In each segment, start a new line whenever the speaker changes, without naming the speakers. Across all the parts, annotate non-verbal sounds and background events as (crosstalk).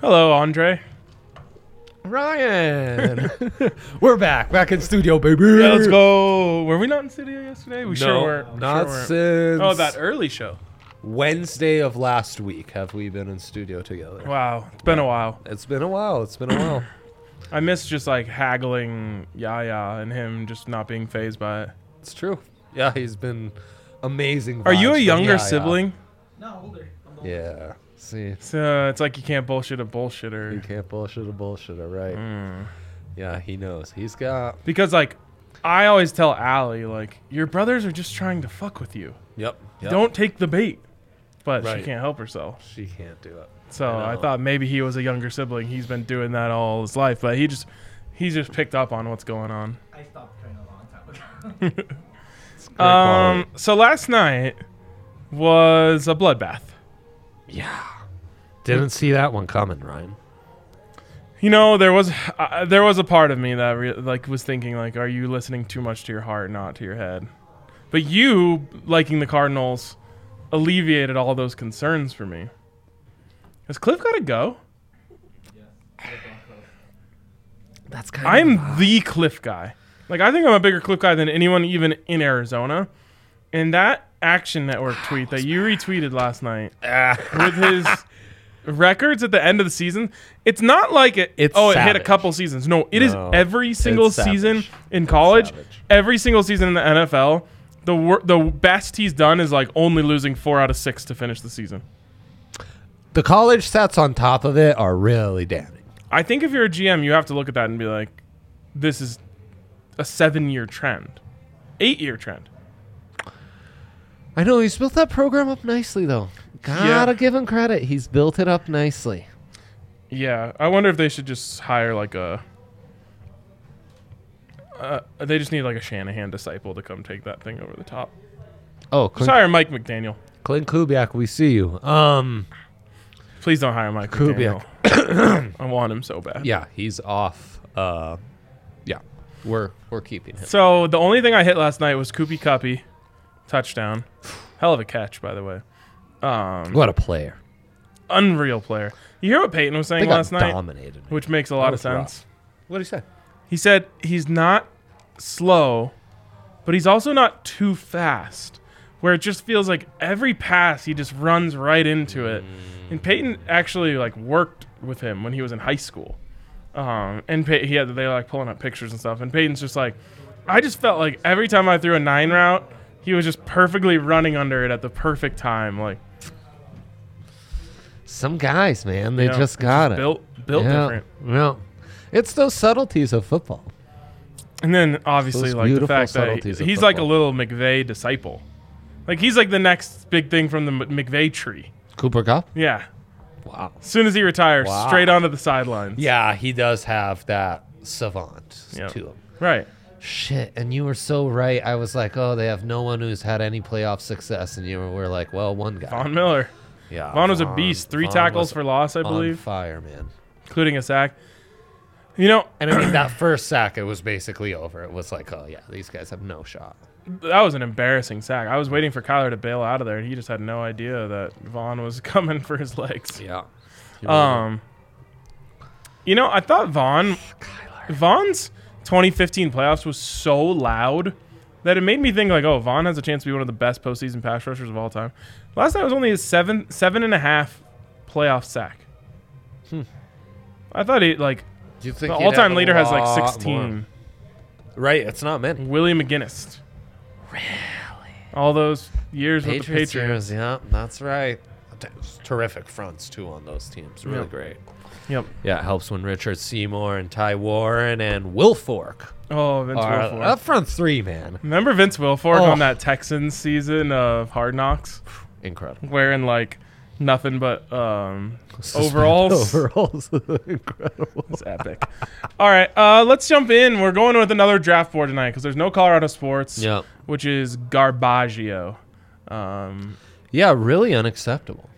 Hello, Andre. (laughs)
Ryan, (laughs) we're back, back in studio, baby.
Yeah, let's go. Were we not in studio yesterday? We
No,
sure were.
not
sure weren't.
since
Oh, that early show.
Wednesday of last week have we been in studio together.
Wow, it's been a while.
It's been a while. It's been
(clears throat)
a while.
I miss just like haggling Yaya and him just not being phased by it.
it's true. Yeah, he's been amazing.
Are you
vibes
a
from
younger
Yaya.
sibling?
No, older. I'm older.
Yeah. See,
So it's like you can't bullshit a
you
bullshitter
can't bullshit a bullshitter, right?
Mm.
Yeah, he knows. He's got.
because like I always tell Allie like your brothers are just trying to fuck with you.
Yep.
Don't take the bait. But she
Right.
can't help herself.
She can't do it.
So
I
I,
know.
thought maybe he was a younger sibling. He's been doing that all his life, but he just he's just picked up on what's going on.
I stopped trying a
Oh,
long time ago.
It's great
Um,
quality.
so last night was a bloodbath.
Yeah. Didn't see that one coming, Ryan.
You know, there was uh, there was a part of me that re- like was thinking like, are you listening too much to your heart, not to your head? But you liking the Cardinals alleviated all those concerns for me. Has Cliff got to go?
That's kind
I'm the Cliff guy. Like I think I'm a bigger Cliff guy than anyone even in Arizona. And that Action
(sighs)
Network tweet that you retweeted last night
Ah.
with his
(laughs)
records at the end of the season, it's not like it.
It's
oh, it hit a
savage.
couple seasons. No, it is
No,
every single
it's savage.
season in
It's
college,
savage.
every single season in the NFL. The wor- the best he's done is like only losing four out of six to finish the season.
the college stats on top of it are really damning.
I think if you're a GM, you have to look at that and be like, this is a seven year trend, eight year trend.
I know he's built that program up nicely, though.
Yeah.
Gotta give him credit. He's built it up nicely.
Yeah, I wonder if they should just hire like a. Uh, they just need like a Shanahan disciple to come take that thing over the top.
Oh,
Just
Clint,
hire Mike McDaniel.
Clint Kubiak, we see you. Um,
Please don't hire Mike
Kubiak.
McDaniel.
(coughs)
(coughs) I want him so bad.
yeah, he's off. Uh, yeah, we're we're keeping him.
So the only thing I hit last night was Koopy Cuppy, touchdown. Hell of a catch, by the way. Um,
What a player!
unreal player. You hear what Peyton was
They
saying
got
last night,
dominated. man.
which makes a
That
lot of
was rough.
sense.
What did he say?
He said he's not slow, but he's also not too fast, where it just feels like every pass he just runs right into it.
Mm.
And Peyton actually like worked with him when he was in high school, um, and Pey- he had they were like pulling up pictures and stuff. And Peyton's just like, I just felt like every time I threw a nine route, he was just perfectly running under it at the perfect time, like
Some guys, man, they
you know,
just got it.
built built
yeah.
different.
Yeah. It's those subtleties of football.
And then obviously,
Those
like the
beautiful
fact that he-
subtleties of
he's like a
football.
little McVeigh disciple. Like he's like the next big thing from the M- McVeigh tree.
Cooper Cup.
Yeah.
Wow.
As soon as he retires,
Wow.
straight onto the sidelines.
Yeah, he does have that savant
Yeah.
to him.
Right.
Shit, and you were so right. I was like, oh, they have no one who's had any playoff success, and you were like, well, one guy.
Von Miller.
yeah,
Vaughn was a beast. Three tackles
was
for loss, I
on
believe,
fire, man.
including a sack. You know,
And I mean, that first sack, it was basically over. It was like, oh yeah, these guys have no shot.
that was an embarrassing sack. I was waiting for Kyler to bail out of there, and he just had no idea that Vaughn was (laughs) coming for his legs.
Yeah.
Um, you know, I thought Vaughn Vaughn's 2015 playoffs was so loud that it made me think like, oh, Vaughn has a chance to be one of the best postseason pass rushers of all time. Last night was only his seven seven and a half playoff sack. I thought he like
Do you think
the
he'd
all time
have a
leader has like
lot more?
16.
Right, it's not many.
Willie McGinnis. Really? All those years with the
Patriots,
Patriots.
years, yeah, that's right. T- Terrific fronts too on those teams. Really
Yeah.
great.
Yep.
Yeah, it helps when Richard Seymour and Ty Warren and Will Fork
Oh, Vince
are
Wilfork.
up front three, man.
Remember Vince Wilfork
Oh.
on that Texans season of Hard Knocks?
Incredible.
wearing like nothing but um (laughs)
(laughs)
overalls.
Overalls, incredible.
It's epic. All right, uh, let's jump in. We're going with another draft board tonight because there's no Colorado sports,
Yeah,
which is Garbaggio. Um,
yeah, really unacceptable.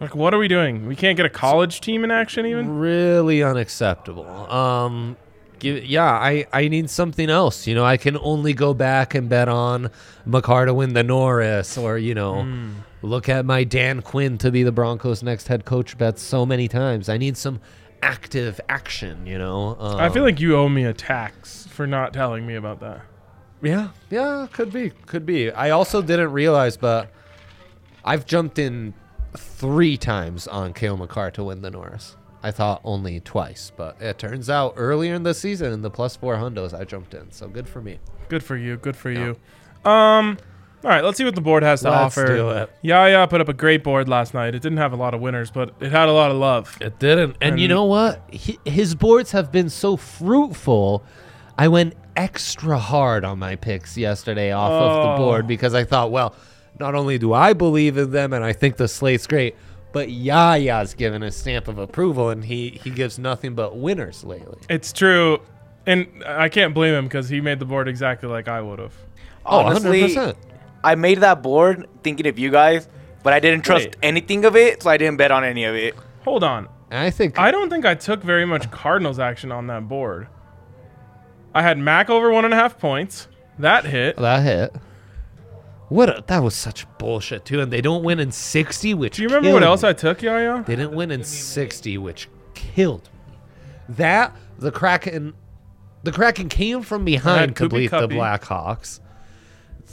like, what are we doing? We can't get a college team in action even.
Really unacceptable. Um, give, yeah, I I need something else. You know, I can only go back and bet on McCarr to win the Norris, or you know, look at my Dan Quinn to be the Broncos' next head coach bet so many times. I need some active action. You know, um,
I feel like you owe me a tax for not telling me about that.
Yeah, yeah, could be, could be. I also didn't realize, but I've jumped in three times on Kale McCarr to win the Norris. I thought only twice, but it turns out earlier in the season in the plus four hundos I jumped in, so good for me.
Good for you. Good for you. Um, all right, let's see what the board has to
Let's
offer.
do it.
Yaya put up a great board last night. It didn't have a lot of winners, but it had a lot of love.
It didn't, and, you
And-
know what? Hi his boards have been so fruitful. I went extra hard on my picks yesterday off of the
Oh.
board because I thought, well, not only do I believe in them and I think the slate's great, but Yaya's given a stamp of approval and he he gives nothing but winners lately.
It's true. And I can't blame him because he made the board exactly like I would have. Oh,
Honestly, I made that board thinking of you guys, but I didn't trust
Wait.
anything of it, so I didn't bet on any of it.
Hold on.
And I think
I don't think I took very much Cardinals action on that board. I had Mac over one and a half points. That hit.
that hit. What a, that was such bullshit too, and they don't win in sixty. Which
Do you remember what
killed
else
me.
I took, Yaya?
They didn't win in 60, which killed me. That, the Kraken, the Kraken came from behind
Koopy
to beat the
Cuppy.
Blackhawks.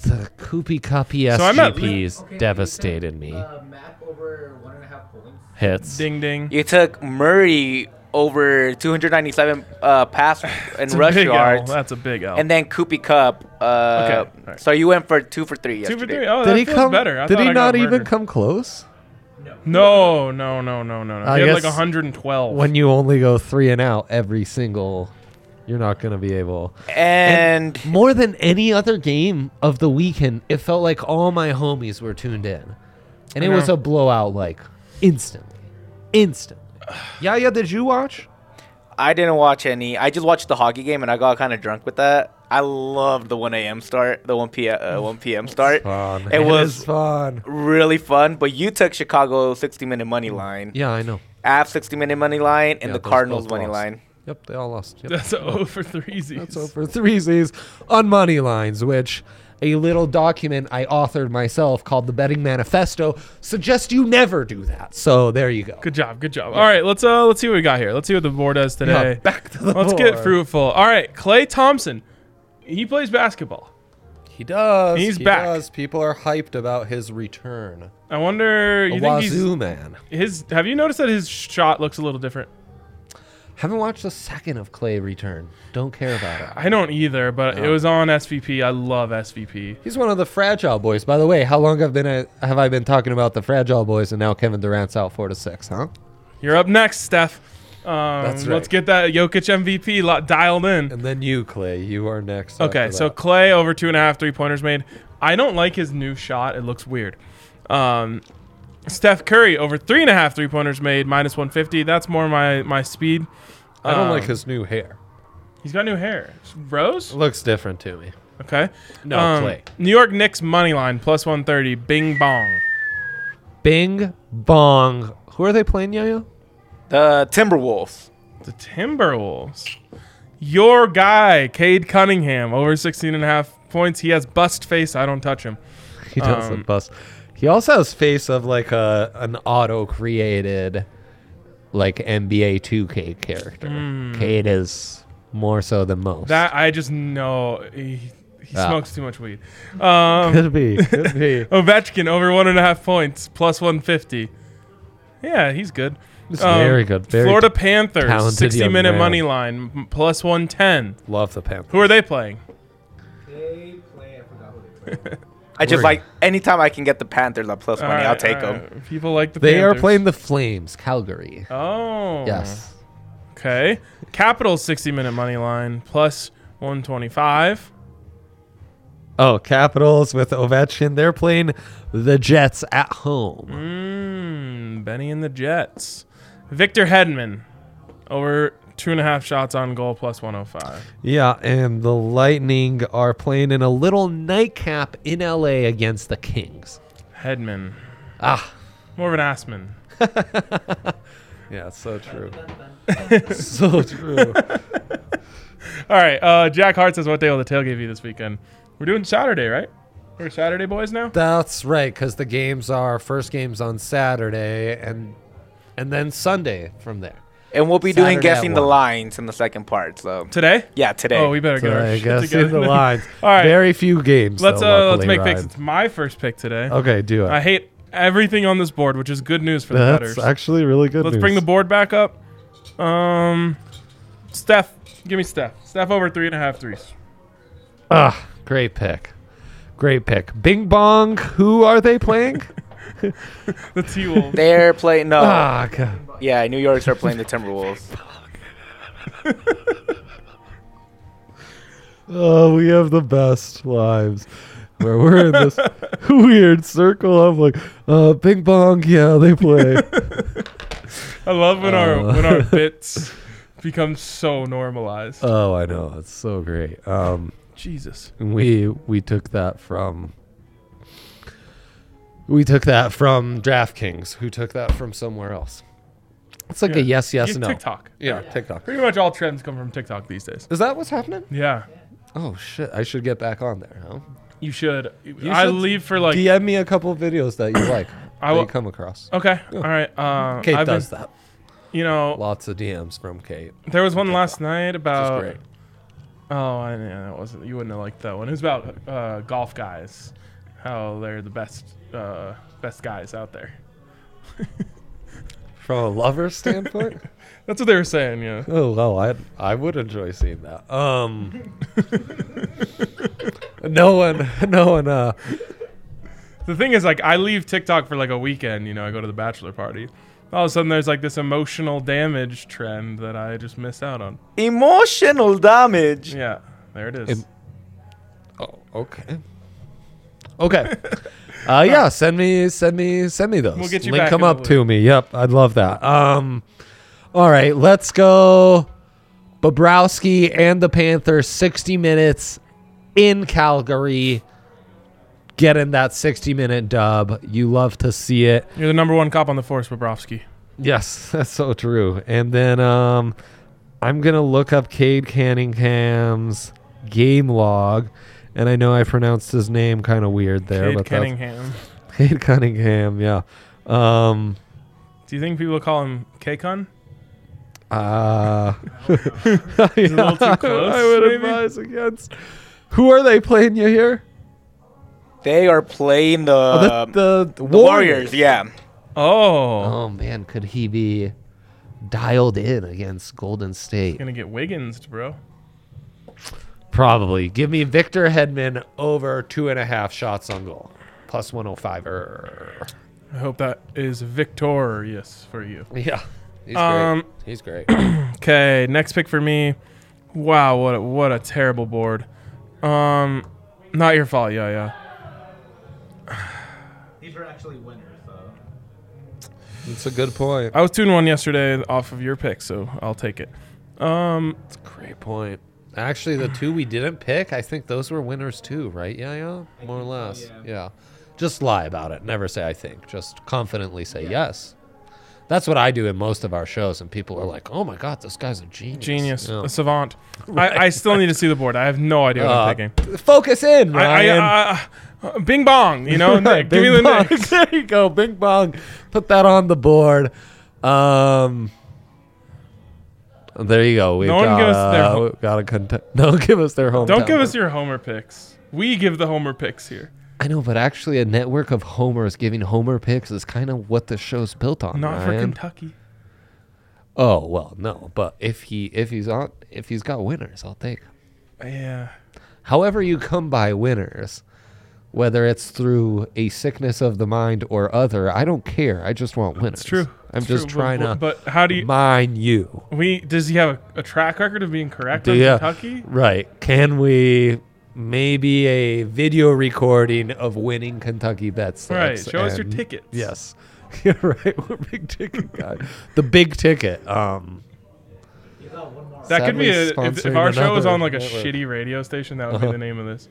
The Koopy Cuppy
So I'm at-
SGPs
Okay, so you
devastated
said,
me.
Uh, Mac over one and a half points.
Hits.
Ding ding.
You took Murray over 297
(laughs)
uh, pass and
It's a
rush
big L.
yards,
That's a big L.
and then Koopy Cup. Uh,
Okay, alright.
So you went for two for three
two
yesterday.
for three. Oh,
Did
that
he
feels
come?
better. I
did
thought
he
I got
not even
murdered.
come close?
No, no, no, no, no, no.
I
he had like
guess
112.
When you only go three and out every single, you're not going to be able.
And
more than any other game of the weekend, it felt like all my homies were tuned in. And it
I
was
know.
a blowout like instantly. Instantly. (sighs) yeah, yeah, did you watch?
I didn't watch any. I just watched the hockey game, and I got kind of drunk with that. I loved the 1 a.m. start, the 1 p.m. Uh, 1 p.m. start. It, was
fun.
really fun, but you took Chicago 60 minute money line.
Yeah, I know.
I have 60 minute money line
Mm.
and
Yeah,
the
those both
Cardinals money
lost.
line.
Yep, they all lost. (laughs)
(laughs)
Yep.
That's a 0 for threesies.
That's over three Z's on money lines, which a little document I authored myself called the Betting Manifesto suggests you never do that. So there you go.
Good job, good job. All right, let's uh let's see what we got here. Let's see what the board does
Yeah,
today.
back to the
Let's get
board.
fruitful. All right, Clay Thompson. He plays basketball.
He does.
He's he back. does.
People are hyped about his return.
I wonder. You think he's,
man.
his? Have you noticed that his shot looks a little different?
Haven't watched a second of Clay return. Don't
(sighs)
care about it.
I don't either, but it was on SVP. I love SVP.
He's one of the fragile boys. By the way, how long have been I, have I been talking about the fragile boys and now Kevin Durant's out four to six, huh?
You're up next, Steph. Um,
That's
Let's
right.
get that Jokic MVP lo- dialed in.
And then you, Clay, you are next.
Okay, so Clay over two and a half three pointers made. I don't like his new shot. It looks weird. Um, Steph Curry over three and a half three pointers made minus 150. That's more my my speed.
I don't
um,
like his new hair.
He's got new hair. Rose?
Looks different to me.
Okay. Um,
No, Clay.
New York Knicks money line plus 130. Bing bong.
Bing Bong. Who are they playing, Yo-Yo?
The
(laughs)
Timberwolves.
The Timberwolves. Your guy, Cade Cunningham, over 16 and a half points. He has bust face. I don't touch him.
He does
Um,
look bust. He also has face of like a an auto created like NBA 2K character. Cade is more so than most.
Hmm. That I just know he, he
Ah.
smokes too much weed. Um,
could be.
(laughs)
Could be.
Ovechkin over one and a half points plus 150. Yeah, he's good. Um,
He's very good, very
Florida Panthers,
talented
60
young
minute
man.
money line m- plus 110.
Love the Panthers.
Who are they playing?
They play. I forgot who they play.
I just
Word.
like anytime I can get the Panthers at plus money,
All
I'll
right,
take
all
them.
right. People like the
They
Panthers.
are playing the Flames, Calgary.
Oh.
Yes.
Okay. Capitals 60 minute money line plus 125.
Oh, Capitals with Ovechkin. They're playing the Jets at home.
Hmm. Mmm. Benny and the Jets. Victor Hedman over two and a half shots on goal plus 105.
Yeah, and the Lightning are playing in a little nightcap in LA against the Kings.
Hedman.
Ah.
More of an Assman.
Yeah, so true. (laughs) so true.
All right. Uh, Jack Hart says, What day will the tail give you this weekend? We're doing Saturday, right? We're Saturday boys now?
That's right, because the games are first games on Saturday and and then Sunday from there.
And we'll be
Saturday
doing
at
guessing the
one.
lines in the second part. So
Today?
yeah, today.
Oh, we better get
So
our
I
shit
guess
together.
in the lines.
All right.
Very few
(laughs)
games.
Let's
though,
uh, let's
luckily,
make
Ryan.
picks. It's my first pick today.
Okay, do it.
I hate everything on this board, which is good news for the
That's
betters.
actually really good.
Let's bring the
news.
board back up. Um, Steph, give me Steph. Steph over three and a half threes.
Ah, great pick. Great pick. Bing Bong. Who are they
(laughs)
playing?
The T Wolves.
They're playing. No,
ah, God.
yeah, New York's are playing the Timberwolves.
Oh, we have the best lives. Where we're
(laughs)
in this weird circle of like, uh, Bing Bong, yeah, they play.
I love when our
Uh.
when
(laughs)
our bits become so normalized.
oh, I know, it's so great. Um,
Jesus.
we we took that from we took that from DraftKings, who took that from somewhere else. It's like a
Yeah.
yes, yes,
Yeah,
no.
TikTok.
Yeah, TikTok.
Pretty much all trends come from TikTok these days.
Is that what's happening?
Yeah,
Oh shit, I should get back on there. Huh?
you should. I
should
leave for like.
DM me a couple videos that you like
(coughs) I
that
will-
you come across.
Okay. All right. Uh,
Kate
I've been,
does that.
You know,
Lots of DMs from Kate.
there was one last night
This
about.
is great.
Oh, I, yeah, that wasn't. You wouldn't have liked that one. It was about uh, golf guys, how they're the best, uh, best guys out there.
From a
(laughs)
lover standpoint?
That's what they were saying. Yeah.
oh well, I I would enjoy seeing that.
(laughs)
Um No one no one uh
The thing is, like, I leave TikTok for like a weekend. You know, I go to the bachelor party. All of a sudden, there's like this emotional damage trend that I just miss out on.
Emotional damage.
Yeah, there it is.
Em- Oh, okay. Okay. Uh yeah, send me send me send me those.
We'll get you
Link
back
them
in the
up to me. Yep, I'd love that. Um all right, let's go. Bobrowski and the Panthers 60 minutes in Calgary. Get in that 60 minute dub. You love to see it.
You're the number one cop on the force, Bobrovsky.
Yes, (laughs) that's so true. And then um, I'm gonna look up Cade Canningham's game log, and I know I pronounced his name kind of weird there,
Cade
but that's-
Cunningham.
(laughs) Cade Cunningham, yeah. Um,
Do you think people call him
(laughs)
K-Con?
uh,
a little too (laughs) close,
I would
maybe?
advise against. Who are they playing you here?
They are playing the,
Oh,
um, the,
the, the,
Warriors. Yeah.
Oh,
Oh man, could he be dialed in against Golden State?
gonna get Wiggins, bro.
Probably. Give me Victor Hedman over two and a half shots on goal. Plus 105. -er.
I hope that is victorious for you.
Yeah. He's
Um,
great. He's
(coughs)
great.
Okay, next pick for me. Wow, what a, what a terrible board. Um, not your fault, yeah, yeah.
These are actually winners, though.
It's a good point.
I was two and one yesterday off of your pick, so I'll take it. Um,
It's a great point. Actually, the two we didn't pick, I think those were winners too, right? Yeah, yeah, more or less.
yeah.
yeah. Just lie about it. Never say I think. Just confidently say yes. That's what I do in most of our shows, and people are like, "Oh my god, this guy's a genius."
Genius,
Yeah.
a savant.
(laughs)
I, I still need to see the board. I have no idea what
Uh,
I'm thinking.
focus in,
I,
Ryan.
I, uh, uh, Bing Bong, you
(laughs)
know. Nick, give me the
Bing bong.
next.
(laughs) there you go, Bing Bong. Put that on the board. Um, there you go. We've
No one
got,
give us their
uh,
ho-
we've got a (laughs) cont- Don't give us their home.
Don't give us your Homer picks. We give the Homer picks here.
I know, but actually, a network of Homers giving Homer picks is kind of what the show's built on.
Not for
Ryan.
Kentucky.
Oh well, no. But if he if he's on if he's got winners, I'll take. 'em.
Yeah.
However, you come by winners, whether it's through a sickness of the mind or other, I don't care. I just want winners.
It's true.
I'm
It's
just
true.
trying to
But how do you?
mine you.
We does he have a, a track record of being correct
Do
on
ya-
Kentucky?
Right. Can we maybe a video recording of winning Kentucky bet slips?
Right, show us your
and-
tickets.
Yes. (laughs) You're right. We're big ticket guy. the big ticket. Um
You got one more.
That could be a,
Sadly
if, if our
sponsoring
show was
another
on like a
network. Uh-huh.
shitty radio station, that would be the name of this.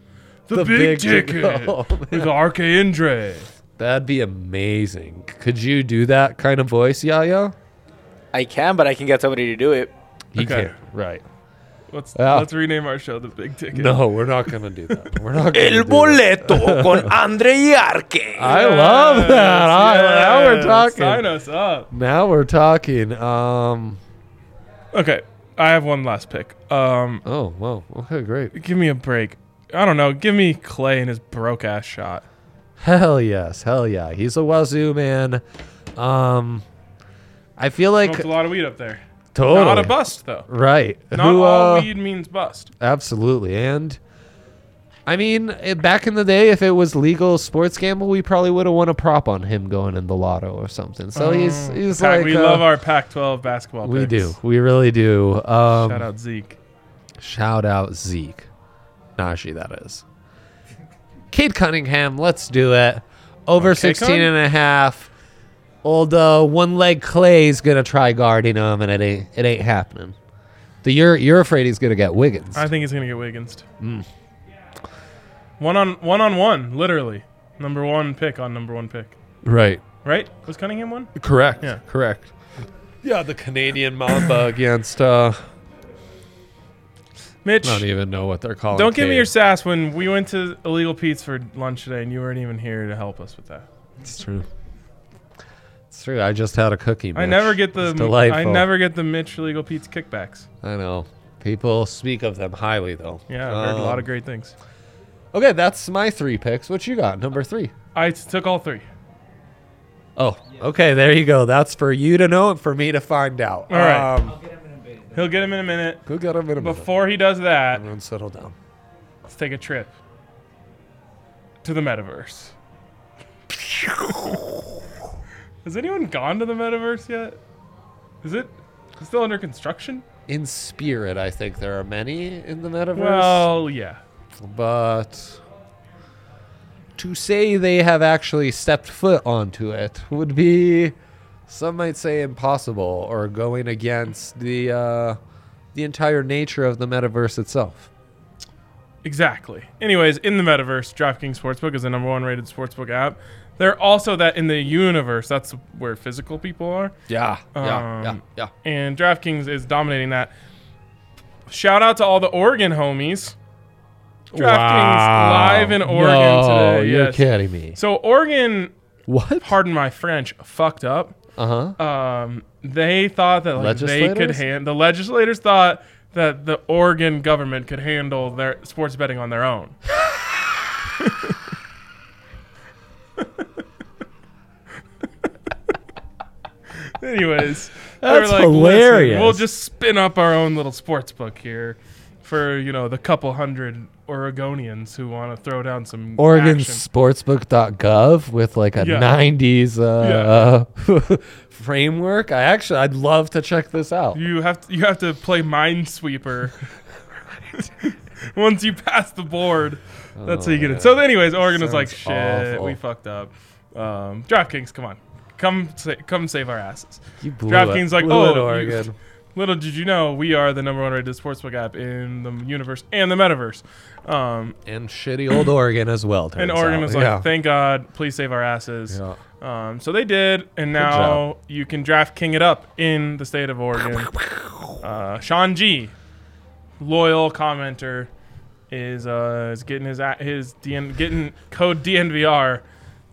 The,
The
big,
Big
ticket
Ticket. (laughs) Oh,
with RK Indre.
that'd be amazing. Could you do that kind of voice, Yaya?
I can, but I can get somebody to do it.
You
Okay.
can't. Right.
Let's
Yeah.
let's rename our show the Big Ticket.
No, we're not gonna do that. We're
(laughs)
not gonna
El
do that.
boleto con Andre Arque.
I love that. I, now we're
Yes,
talking.
Sign us up.
Now we're talking. Um
Okay, I have one last pick. Um,
oh whoa. Okay, great.
give me a break. I don't know. Give me Clay and his broke ass shot.
Hell yes, hell yeah. He's a wazoo man. Um, I feel like
Smoked a lot of weed up there.
totally
Not a bust though.
right.
Not
Who,
all
uh,
weed means bust.
Absolutely, and I mean, it, back in the day, if it was legal sports gamble, we probably would have won a prop on him going in the lotto or something. So he's
Oh,
he's
Pac-
like
we
uh,
love our Pac-12 basketball.
we
picks.
do, we really do. Um,
Shout out Zeke.
Shout out Zeke. Najee, that is. Cade Cunningham, let's do it. Over
Okay,
16
Cun.
and a half. Old uh, one leg Clay's gonna try guarding him and it ain't it ain't happening. The you're you're afraid he's gonna get Wiggins.
I think he's gonna get Wiggins. One on one on one, literally. Number one pick on number one pick.
right.
Right? Was Cunningham one?
Correct.
Yeah.
Correct. Yeah, the Canadian Mamba against uh
Mitch,
I don't even know what they're calling.
don't give me
Cade.
your sass when we went to Illegal Pete's for lunch today and you weren't even here to help us with that.
It's true. It's true. I just had a cookie.
I
Mitch.
never get the
It's delightful.
I never get the Mitch Illegal Pete's kickbacks.
I know. People speak of them highly, though.
Yeah, I've heard a lot of
Um,
great things.
Okay, that's my three picks. What you got? Number three.
I s- took all three.
Oh, okay. There you go. That's for you to know and for me to find out.
All
Um,
right.
I'll get him in a bit.
He'll get him in a minute.
go get him in a minute.
Before he does that,
Everyone settle down.
let's take a trip to the metaverse. Has anyone gone to the metaverse yet? Is it is it still under construction?
In spirit, I think there are many in the metaverse,
Well, yeah.
but to say they have actually stepped foot onto it would be, some might say, impossible or going against the uh, the entire nature of the metaverse itself.
Exactly. Anyways, in the metaverse, DraftKings Sportsbook is the number one rated sportsbook app. They're also that in the universe, that's where physical people are.
Yeah,
yeah, yeah, Um,
yeah.
and DraftKings is dominating that. Shout out to all the Oregon homies. DraftKings live in Oregon
no,
today.
You're
yes.
kidding me.
So Oregon,
What?
pardon my French, fucked up.
Uh huh.
Um, they thought that like, they could
Legislators?
hand the legislators thought that the Oregon government could handle their sports betting on their own. (laughs) Anyways, they were
That's
"Listen,
hilarious.
We'll just spin up our own little sports book here for you know the couple hundred Oregonians who want to throw down some
Oregon
action."
sportsbook.gov with like a
Yeah.
90s uh, (laughs) framework. I actually, I'd love to check this out.
You have to, you have to play Minesweeper. Once you pass the board, that's how you get it. So, anyways, Oregon was like,
Oh, Sounds
"Shit,
awful.
we fucked up." Um, DraftKings, come on, come sa- come save our asses.
You blew
DraftKings
it.
like,
blew
"Oh,
it,
you-
Oregon.
Little did you know, we are the number one rated sportsbook app in the universe and the metaverse. Um,
and shitty old Oregon as well.
and
turns
Oregon
out.
was like,
Yeah.
"Thank God, please save our asses."
Yeah.
Um, so they did, and now you can draft King it up in the state of Oregon.
(laughs)
Uh, Sean G, loyal commenter, is uh, is getting his a- his DN- getting code DNVR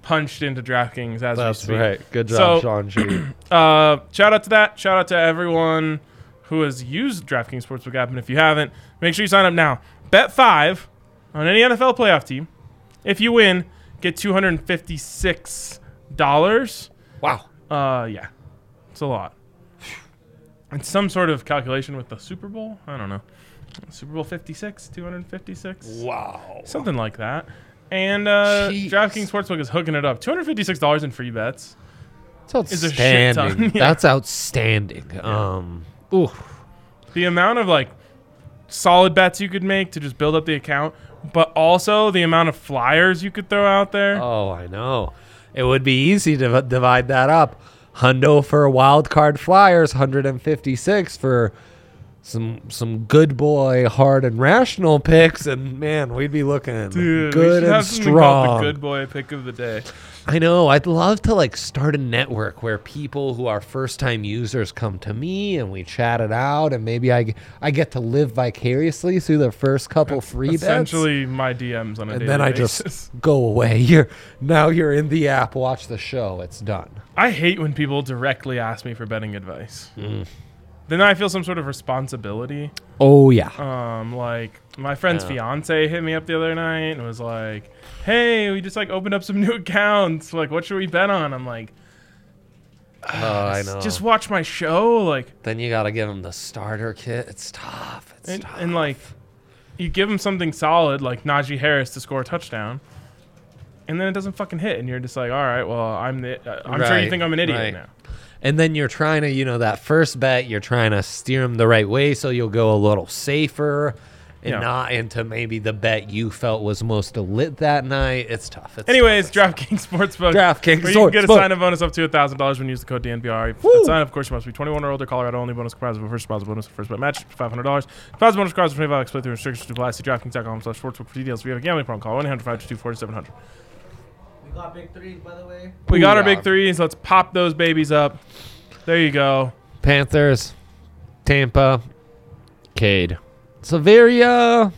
punched into DraftKings as we
That's
speak.
right. Good
So-
job,
(clears throat)
Sean G.
Uh, shout out to that. Shout out to everyone who has used DraftKings Sportsbook app. And if you haven't, make sure you sign up now. Bet five on any NFL playoff team. If you win, get two hundred and fifty-six dollars.
wow.
Uh, yeah, it's a lot. It's some sort of calculation with the Super Bowl. I don't know. Super Bowl fifty-six, two hundred fifty-six.
Wow.
Something like that. And uh,
Jeez.
DraftKings Sportsbook is hooking it up. Two hundred fifty-six dollars in free bets.
It's outstanding.
a shit ton. (laughs) Yeah.
That's outstanding. Um, ooh,
the amount of like solid bets you could make to just build up the account, but also the amount of flyers you could throw out there.
oh, I know. It would be easy to v- divide that up. Hundo for wild card flyers, 156 for some some good boy, hard and rational picks, and man, we'd be looking
Dude, we
good
should
and
have something called
strong.
the good boy pick of the day.
I know. I'd love to like start a network where people who are first time users come to me and we chat it out, and maybe I g- I get to live vicariously through the first couple free bets.
Essentially, my DMs on a daily
and then I
basis. (laughs)
just go away. (laughs) You're now you're in the app. Watch the show. It's done.
I hate when people directly ask me for betting advice.
Mm.
Then I feel some sort of responsibility.
Oh yeah.
Um, like my friend's fiance hit me up the other night and was like, "Hey, we just like opened up some new (laughs) accounts. Like, what should we bet on?" I'm like,
oh, I know.
"Just watch my show." Like,
then you gotta give them the starter kit. It's tough. It's
and,
tough.
and like you give him something solid like Najee Harris to score a touchdown, and then it doesn't fucking hit, and you're just like, all right, well, I'm the, uh, I'm sure you
Right,
think I'm an idiot
right.
now.
And then you're trying to, you know, that first bet, you're trying to steer them the right way so you'll go a little safer and
Yeah.
not into maybe the bet you felt was most lit that night. It's tough. It's
Anyways, DraftKings (laughs) Sportsbook.
DraftKings
where you can get a
Sportsbook.
sign up bonus up to thousand dollars when you use the code DNBR. That sign up, of course, you must be twenty one or older. Colorado only bonus comprised of a first deposit bonus, first bet match five hundred dollars. Deposit bonus comprised of twenty five. Split through restrictions to apply. See DraftKings.com/sportsbook for details. If you have a gambling problem, call one 800 522 4700
We got big threes, by the way.
We got our
Booyah.
big threes. Let's pop those babies up. There you go.
tough. Panthers, Tampa, Cade. It's a very, uh,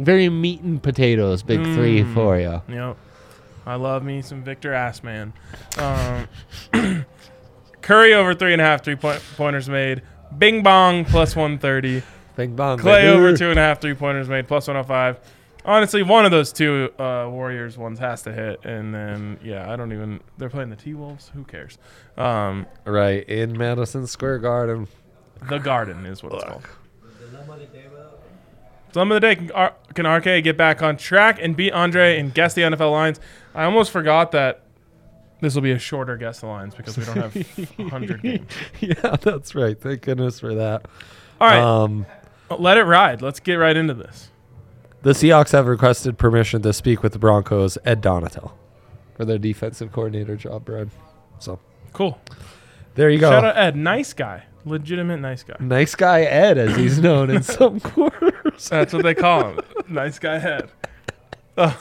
very meat and potatoes big
Mm.
three for you.
Yep. I love me some Victor Assman. Um, (coughs) Curry over three and a half three point pointers made. Bing Bong plus 130.
Bing bong.
Clay
baby.
over two and a half three pointers made plus 105. Honestly, one of those two uh, Warriors ones has to hit. And then, yeah, I don't even. They're playing the T Wolves. Who cares? Um,
Right in Madison Square Garden. (laughs)
the Garden is what it's called.
Dilemma of the day, bro.
Slum of the day can, R- can RK get back on track and beat Andre and guess the NFL lines. I almost forgot that this will be a shorter guess the lines because we don't have 100 games.
yeah, that's right. Thank goodness for that.
All right,
Um,
let it ride. Let's get right into this.
The Seahawks have requested permission to speak with the Broncos, Ed Donatel, for their defensive coordinator job, Brad. So
Cool.
there you go. Mm.
Shout out Ed, nice guy, legitimate nice guy.
Nice guy Ed, as he's
(laughs)
known in some quarters.
That's what they call him, nice guy Ed. (laughs) Oh,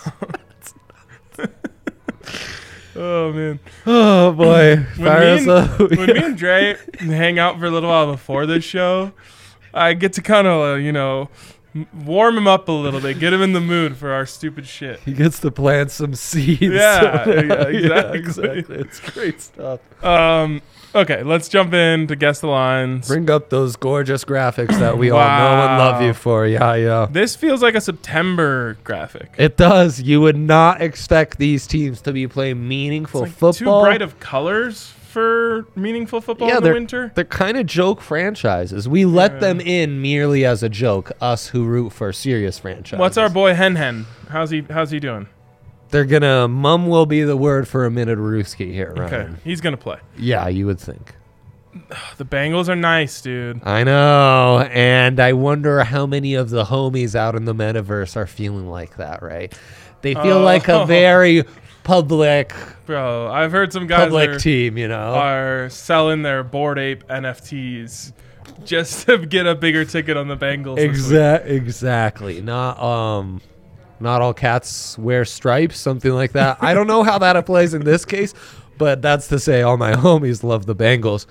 Oh, man.
Oh boy,
When
(laughs) fire us
me,
up.
and, when me and Dre hang out for a little while before this show, I get to kind of, uh, you know, m- warm him up a little bit, get him in the mood for our stupid shit.
He gets to plant some seeds.
Yeah, yeah,
(laughs)
exactly.
exactly. It's
(laughs)
great stuff.
Um, okay, let's jump in to guess the lines.
Bring up those gorgeous graphics that we all know and
Wow.
love you for. Yeah, yeah.
this feels like a September graphic.
It does. You would not expect these teams to be playing meaningful
Like,
football.
Too bright of colors for meaningful football in the
they're,
winter.
They're kind of joke franchises. We let them in merely as a joke, us who root for serious franchises.
What's our boy Hen Hen? How's he? How's he doing?
They're going to mum will be the word for a minute Ruski here, right?
Okay, he's gonna play.
Yeah, you would think.
The Bengals are nice, dude.
I know. And I wonder how many of the homies out in the metaverse are feeling like that, right? They feel
Oh. (laughs)
like a very public
Bro, I've heard some guys
public
are,
team, you know.
are selling their board ape NFTs just to get a bigger ticket on the Bengals. this week.
Exact, exactly. Not um, not all cats wear stripes, something like that. I don't know how that applies in this case, but that's to say, all my (laughs) homies love the Bengals.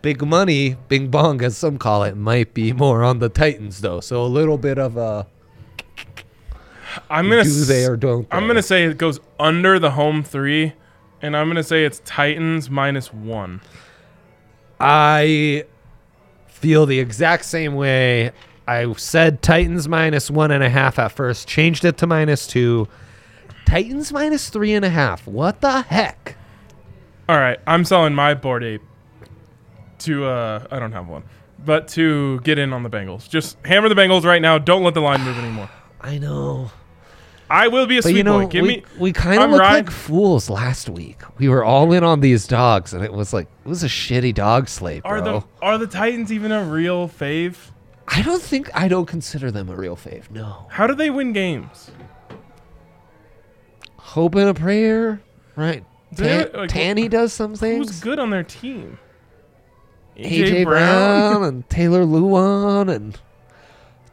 Big money, Bing Bong, as some call it, might be more on the Titans though. So a little bit of a
I'm gonna
do they
s-
or don't.
I'm
they.
gonna say it goes under the home three, and I'm gonna say it's Titans minus one.
I feel the exact same way. I said Titans minus one and a half at first, changed it to minus two. Titans minus three and a half. What the heck?
All right, I'm selling my board ape to uh I don't have one, but to get in on the Bengals. Just hammer the Bengals right now. Don't let the line move anymore.
I know.
I will be a
But
sweet
you know,
boy. Give
we,
me.
we kind of
I'm
looked
riding-
like fools last week. We were all in on these dogs, and it was like it was a shitty dog slate, bro.
Are the are the Titans even a real fave?
I don't think I don't consider them a real fave. No,
How do they win games?
hope and a prayer, right?
They're,
Tan-
like,
Tanny does some things.
Who's good on their team?
AJ Brown, and Taylor Luan and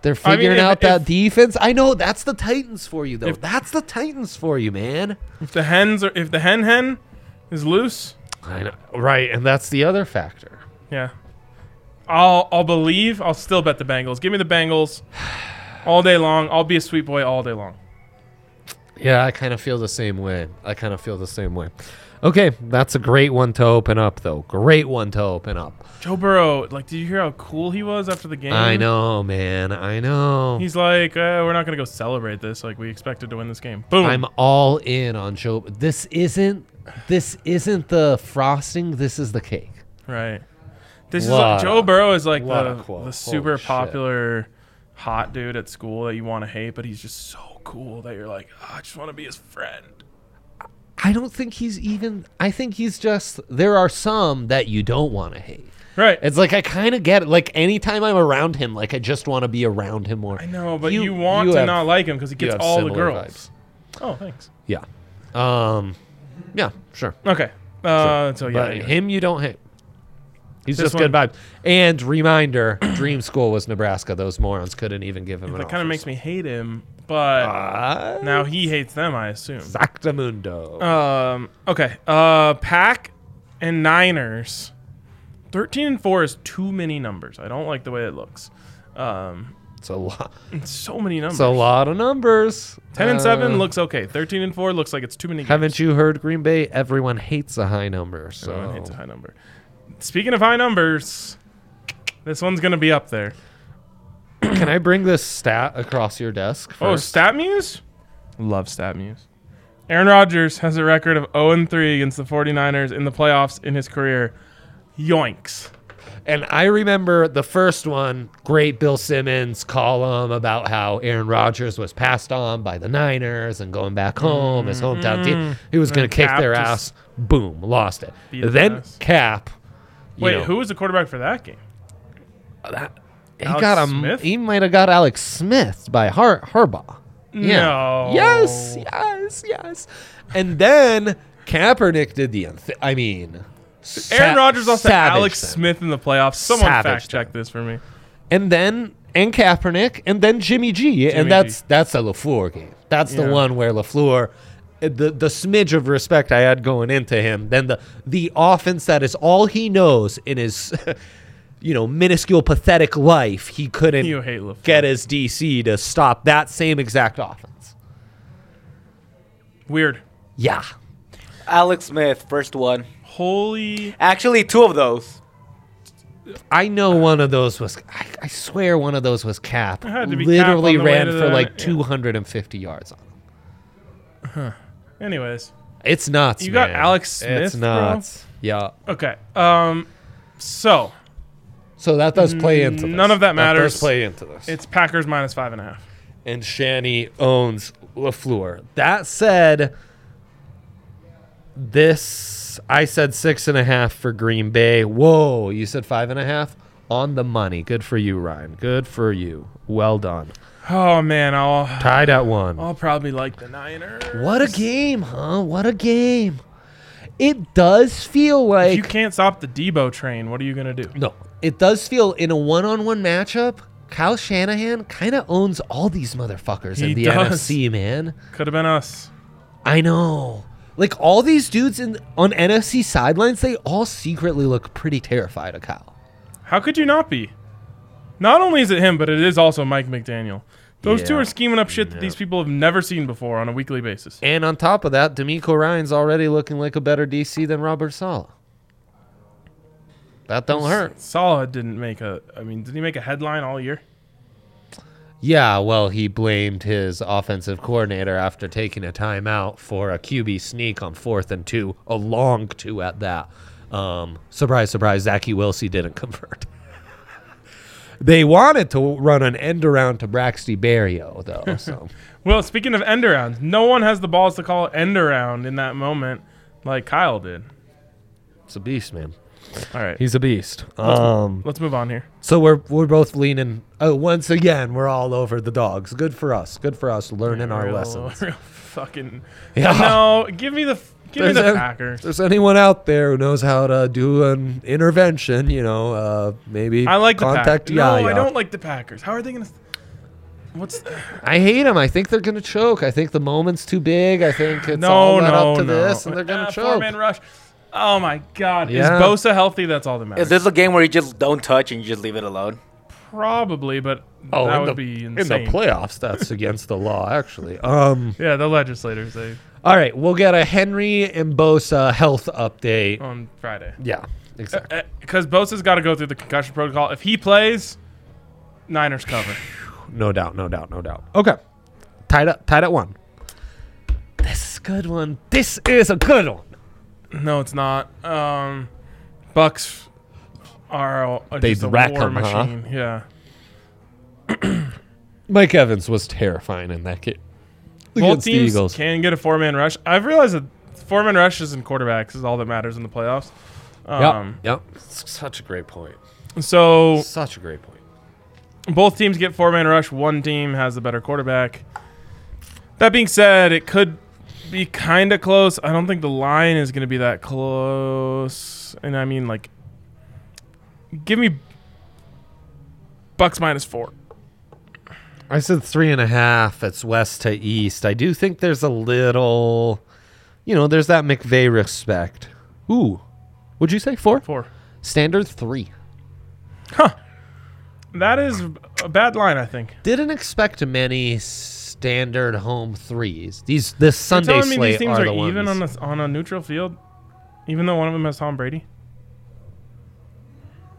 they're
I mean,
figuring
if-
out that
if-
defense. I know that's the Titans for you though.
If-
that's the Titans for you, man.
If the hens are, if the hen hen is loose,
I know. Right, and that's the other factor.
yeah, I'll I'll believe. I'll still bet the Bengals. Give me the Bengals (sighs) all day long. I'll be a sweet boy all day long.
Yeah, I kind of feel the same way. I kind of feel the same way. Okay, that's a great one to open up though. Great one to open up.
Joe Burrow, like, did you hear how cool he was after the game?
I know, man. I know.
He's like, uh, we're not gonna go celebrate this. Like we expected to win this game. Boom.
I'm all in on Joe. This isn't this isn't the frosting, this is the cake.
right. This is
What
like,
a-
Joe Burrow is like
what
the,
a quote.
the super
Holy shit.
popular hot dude at school that you want to hate, but he's just so cool that you're like, "Ah, I just want to be his friend.
I don't think he's even. I think he's just. There are some that you don't want to hate.
Right.
It's like I kind of get it. Like anytime I'm around him, like I just want to be around him more.
I know, but you, want to
have-
not like him because he
you
gets
have
all the
similar
girls. Oh, thanks.
vibes. Yeah. Um. Yeah. Sure.
Okay. Uh, so yeah,
but
anyway.
him, you don't hate. He's
This
just good vibes. And reminder: (clears throat) Dream School was Nebraska. Those morons couldn't even give him an.
that kind of makes me hate him, but
Ah.
now he hates them, I assume.
Exactamundo.
Um. Okay. Uh, Pack and Niners. Thirteen and four is too many numbers. I don't like the way it looks. Um,
it's a lot.
it's so many numbers.
It's a lot of numbers.
Ten and seven
Uh,
looks okay. Thirteen and four looks like it's too many.
Haven't you heard Green Bay? Everyone hates a high number. So
Everyone hates a high number. Speaking of high numbers, this one's gonna be up there.
can I bring this stat across your desk?
Oh,
first?
Stat Muse? Love Stat Muse. Aaron Rodgers has a record of 0 3 against the 49ers in the playoffs in his career. Yoinks.
And I remember the first one, great Bill Simmons column about how Aaron Rodgers was passed on by the Niners and going back home, his hometown team. He was going
Mm-hmm. And
to kick
Cap
their
just
ass. Boom, lost it.
beat his
Then
ass.
Cap. you
Wait,
know,
who was the quarterback for that game?
He
Alex
got a.
Smith?
He might have got Alex Smith by Har- Harbaugh.
No.
Yes. Yes. Yes. And then Kaepernick did the. Unth- I mean.
Aaron
sa-
Rodgers lost to
savaged
Alex
them.
Smith in the playoffs. Someone
Savaged
fact check this for me.
and then and Kaepernick, and then Jimmy G,
Jimmy
and that's that's the Lafleur game. That's
Yeah.
the one where Lafleur, uh, the the smidge of respect I had going into him, then the the offense that is all he knows in his, (laughs) you know, minuscule pathetic life, he couldn't
You hate LaFleur.
get his DC to stop that same exact offense.
Weird.
Yeah,
Alex Smith, first one.
Holy.
Actually, two of those.
I know
Uh,
one of those was. I, I swear one of those was Cap.
had to be Cap
Literally
on the way
ran
to
for
the-
like
yeah.
250 yards on him.
Anyways.
It's nuts.
You got
man.
Alex Smith,
It's
bro?
nuts. Yeah.
Okay. Um. So
So that does play into this.
Mm, None of that matters.
does play into this.
it's Packers minus five and a half.
and Shanny owns Lafleur. That said, this I said six and a half for Green Bay. Whoa, you said five and a half on the money. Good for you, Ryan. Good for you. Well done.
Oh man, I'll
Tied at one.
I'll probably like the Niners.
What a game, huh? What a game. It does feel
If
like
you can't stop the Debo train, what are you gonna do?
No, it does feel in a one-on-one matchup. Kyle Shanahan kind of owns all these motherfuckers
He
in the
does.
NFC, man.
Could have been us.
I know. Like all these dudes in on NFC sidelines, they all secretly look pretty terrified of Kyle.
How could you not be? Not only is it him, but it is also Mike McDaniel. Those two
Yeah.
are scheming up shit that these people have never seen before on a weekly basis.
And on top of that, D'Amico Ryan's already looking like a better DC than Robert Sala. That don't hurt.
Salah didn't make a. I mean, did he make a headline all year?
Yeah, well, he blamed his offensive coordinator after taking a timeout for a QB sneak on fourth and two, a long two at that. Um, surprise, surprise, Zachy Wilsey didn't (laughs) convert. they wanted to run an end around to Braxty Berrio, (laughs) though. So
Well, speaking of end arounds, no one has the balls to call end around in that moment like Kyle did.
it's a beast, man.
All right,
He's a beast. Um,
let's move on here.
so we're we're both leaning. Oh, once again, we're all over the dogs. Good for us. Good for us learning our
Real- (laughs)
lessons.
real fucking.
Yeah.
No, give me the f- give me the
a-
Packers.
if there's anyone out there who knows how to do an intervention, you know, uh, maybe
I like the
contact
Packers. No, I
Yaya.
don't like the Packers. How are they gonna? What's
I hate them. I think they're gonna choke. I think the moment's too big. I think it's
no
all led
no
up to
no?
this, and they're gonna
Ah, Four
choke.
man rush. Oh my God!
Yeah.
Is Bosa healthy? That's all that matters.
Is this a game where you just don't touch and you just leave it alone?
Probably, but
Oh,
that
in
would
the,
be
in
insane.
the playoffs, that's against the law, actually. Um,
Yeah, the legislators they
all right, we'll get a Henry and Bosa health update.
on Friday.
Yeah, exactly.
Because Bosa's got to go through the concussion protocol. If he plays, Niners cover.
No doubt, no doubt, no doubt. Okay. Tied up tied at one. This is a good one. This is a good one.
no, it's not. Um, Bucks are a, a,
They
just a
rack
war
'em, huh?
machine. Yeah,
Mike Evans was terrifying in that game.
both teams can get a four man rush. I've realized that four man rushes and quarterbacks is all that matters in the playoffs. Um,
yep. Such a great point.
So
Such a great point.
both teams get four man rush. One team has the better quarterback. That being said, it could be kind of close. I don't think the line is going to be that close. And I mean, like, give me Bucks minus four.
I said three and a half. It's west to east. I do think there's a little you know, there's that McVeigh respect. Ooh. Would you say four?
Four.
Standard three.
Huh. That is a bad line, I think.
Didn't expect many standard home threes. These this
You're
Sunday
telling me
slate
these teams
are,
are,
the ones.
even on a, on a neutral field, even though one of them has Tom Brady?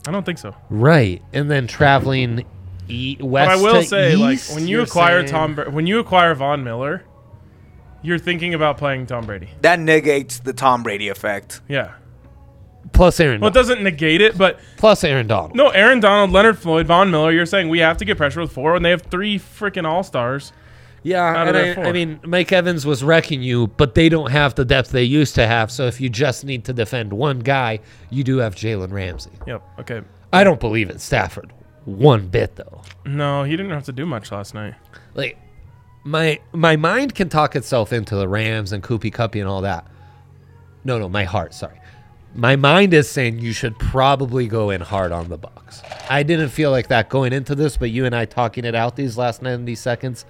I don't think so.
Right, and then traveling e- west.
But I will
to
say,
east,
like when you
you're
acquire
saying-
Tom, Bra- when you acquire Von Miller, you're thinking about playing Tom Brady.
That negates the Tom Brady effect.
Yeah.
plus Aaron,
Well, it
Donald.
doesn't negate it, but
plus Aaron Donald.
no, Aaron Donald, Leonard Floyd, Von Miller. You're saying we have to get pressure with four when they have three freaking all stars.
yeah,
out of
and
their
I,
four.
I mean Mike Evans was wrecking you, but they don't have the depth they used to have. So if you just need to defend one guy, you do have Jalen Ramsey.
Yep. Okay.
I don't believe in Stafford one bit though.
No, he didn't have to do much last night.
like my my mind can talk itself into the Rams and Koopy Cuppy and all that. No, no, my heart, sorry. My mind is saying you should probably go in hard on the Bucks. I didn't feel like that going into this, but you and I talking it out these last 90 seconds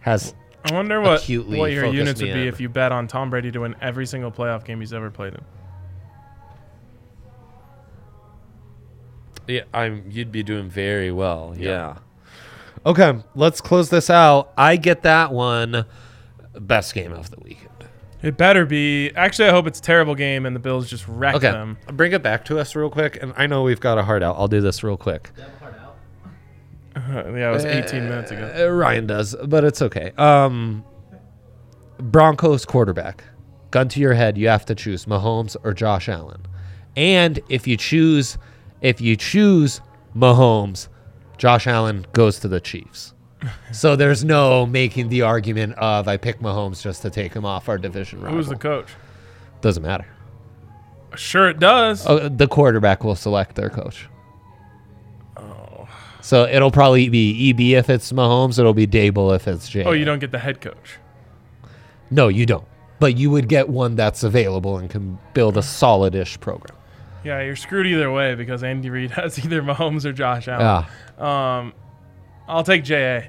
has
I wonder what
Acutely
what your
focused
units
me
would be
in.
if you bet on Tom Brady to win every single playoff game he's ever played in.
yeah, I'm you'd be doing very well. Yeah. Okay, let's close this out. I get that one best game of the weekend.
It better be. Actually, I hope it's a terrible game and the Bills just wreck
Okay.
them. (laughs)
Bring it back to us real quick and I know we've got a heart out. I'll do this real quick.
That part out.
yeah, it was 18 minutes ago.
Uh, Ryan does, but it's okay. Um, Broncos quarterback, gun to your head, you have to choose Mahomes or Josh Allen. And if you choose, if you choose Mahomes, Josh Allen goes to
(laughs)
the Chiefs. So there's no making the argument of I pick Mahomes just to take him off our division rival.
Who's the coach?
Doesn't matter.
Sure, it does.
Oh, the quarterback will select their coach. Oh. So it'll probably be EB if it's Mahomes. It'll be Dable if it's Jay.
Oh, you don't get the head coach.
No, you don't. But you would get one that's available and can build a solid-ish program.
Yeah, you're screwed either way because Andy Reid (laughs) has either Mahomes or Josh Allen.
Yeah.
Um, I'll take JA.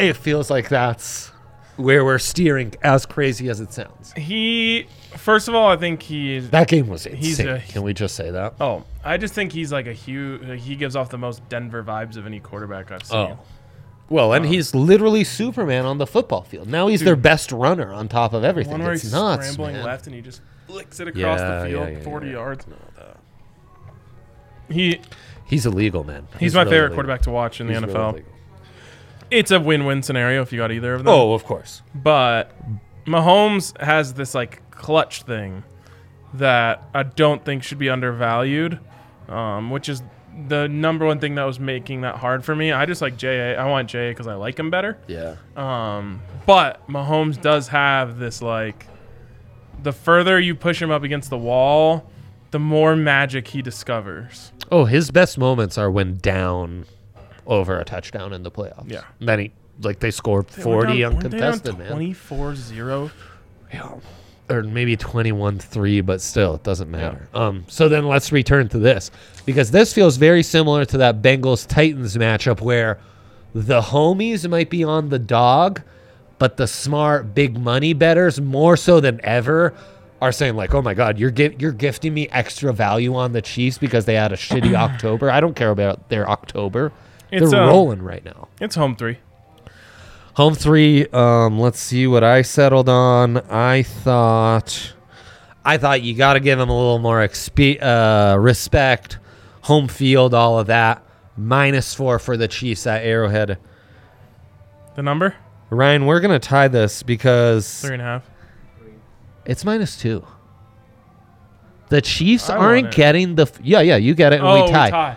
It feels like that's where we're steering, as crazy as it sounds.
He, first of all, I think he is.
That game was insane.
a-
Can we just say that?
Oh, I just think he's like a huge. He gives off the most Denver vibes of any quarterback I've seen.
Oh. Well, and he's literally Superman on the football field. Now he's their best runner on top of everything.
One where
it's
he's
nuts,
scrambling
man.
left and he just flicks it across
Yeah,
the
yeah,
field,
yeah,
40
yeah.
yards. He he's,
He's illegal, man. He's,
my
really
favorite
illegal.
quarterback to watch in
He's
the
really
NFL.
illegal.
it's a win-win scenario if you got either of them.
oh, of course.
but Mahomes has this like clutch thing that I don't think should be undervalued, um, which is the number one thing that was making that hard for me. I just like JA. I want JA because I like him better.
Yeah.
Um, but Mahomes does have this like the further you push him up against the wall, the more magic he discovers.
Oh, his best moments are when down over a touchdown in the playoffs.
Yeah.
And then he like they scored
They were
forty
down- weren't they down
uncontested, man.
24-0.
Yeah. Or maybe 21 3, but still, it doesn't matter. Um, so then let's return to this because this feels very similar to that Bengals Titans matchup where the homies might be on the dog, but the smart big money betters more so than ever are saying like, "Oh my God, you're gi- you're gifting me extra value on the Chiefs because they had
(coughs)
a shitty October. I don't care about their October.
It's,
They're
um,
rolling right now."
It's home three.
Home three. Um, let's see what I settled on. I thought, I thought you got to give him a little more expe- uh, respect. Home field, all of that. Minus four for the Chiefs at Arrowhead.
The number
Ryan, we're gonna tie this because
three and a half.
it's minus two. The Chiefs
I want
aren't
it.
getting the f- yeah yeah you get it and
oh,
we, tie.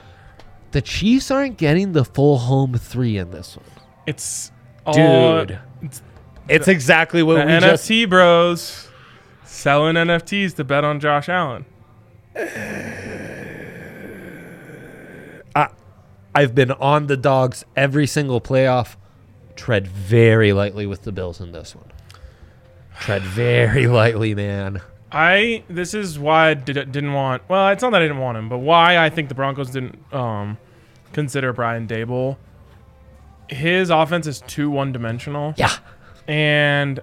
The Chiefs aren't getting the full home three in this one,
It's all- it's
It's exactly
the
what we just
NFT bros selling NFTs to bet on Josh Allen.
I've been on the dogs every single playoff. Tread very lightly with the Bills in this one. Tread very (sighs) lightly, man.
I this is why I did, didn't want. Well, it's not that I didn't want him, but why I think the Broncos didn't um, consider Brian Dable. His offense is too one-dimensional,
Yeah.
and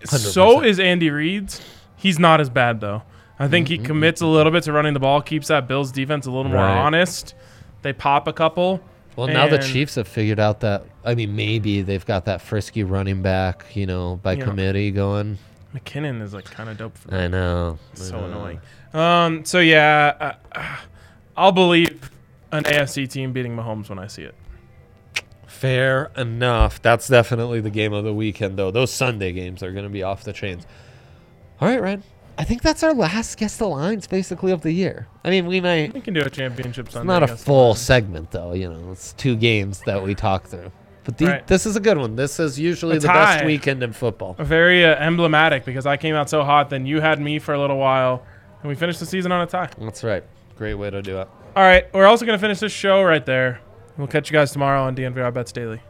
100%.
so is Andy Reid's. He's not as bad though. I think he commits a little bit to running the ball, keeps that Bills defense a little more
Mm-hmm. Right.
honest. They pop a couple.
Well, now the
And-
Chiefs have figured out that. I mean, maybe they've got that frisky running back, you know, by
Yeah.
committee going.
McKinnon is like kind of dope for
I know. I
so
know.
annoying. Um, so yeah, uh, I'll believe an AFC team beating Mahomes when I see it.
Fair enough. That's definitely the game of the weekend, though. Those Sunday games are going to be off the chains. All right, Ryan. I think that's our last guess the lines, basically, of the year. I mean, we might.
We can do a championship
It's
Sunday.
not a
against-
full segment, though. You know, it's two games that we talk through. But the,
Right.
this is a good one. This is usually
A
the best
tie.
weekend in football.
Very uh, emblematic because I came out so hot, then you had me for a little while, and we finished the season on a tie.
That's right. Great way to do it.
All right, we're also gonna finish this show right there. We'll catch you guys tomorrow on DNVR Bets Daily.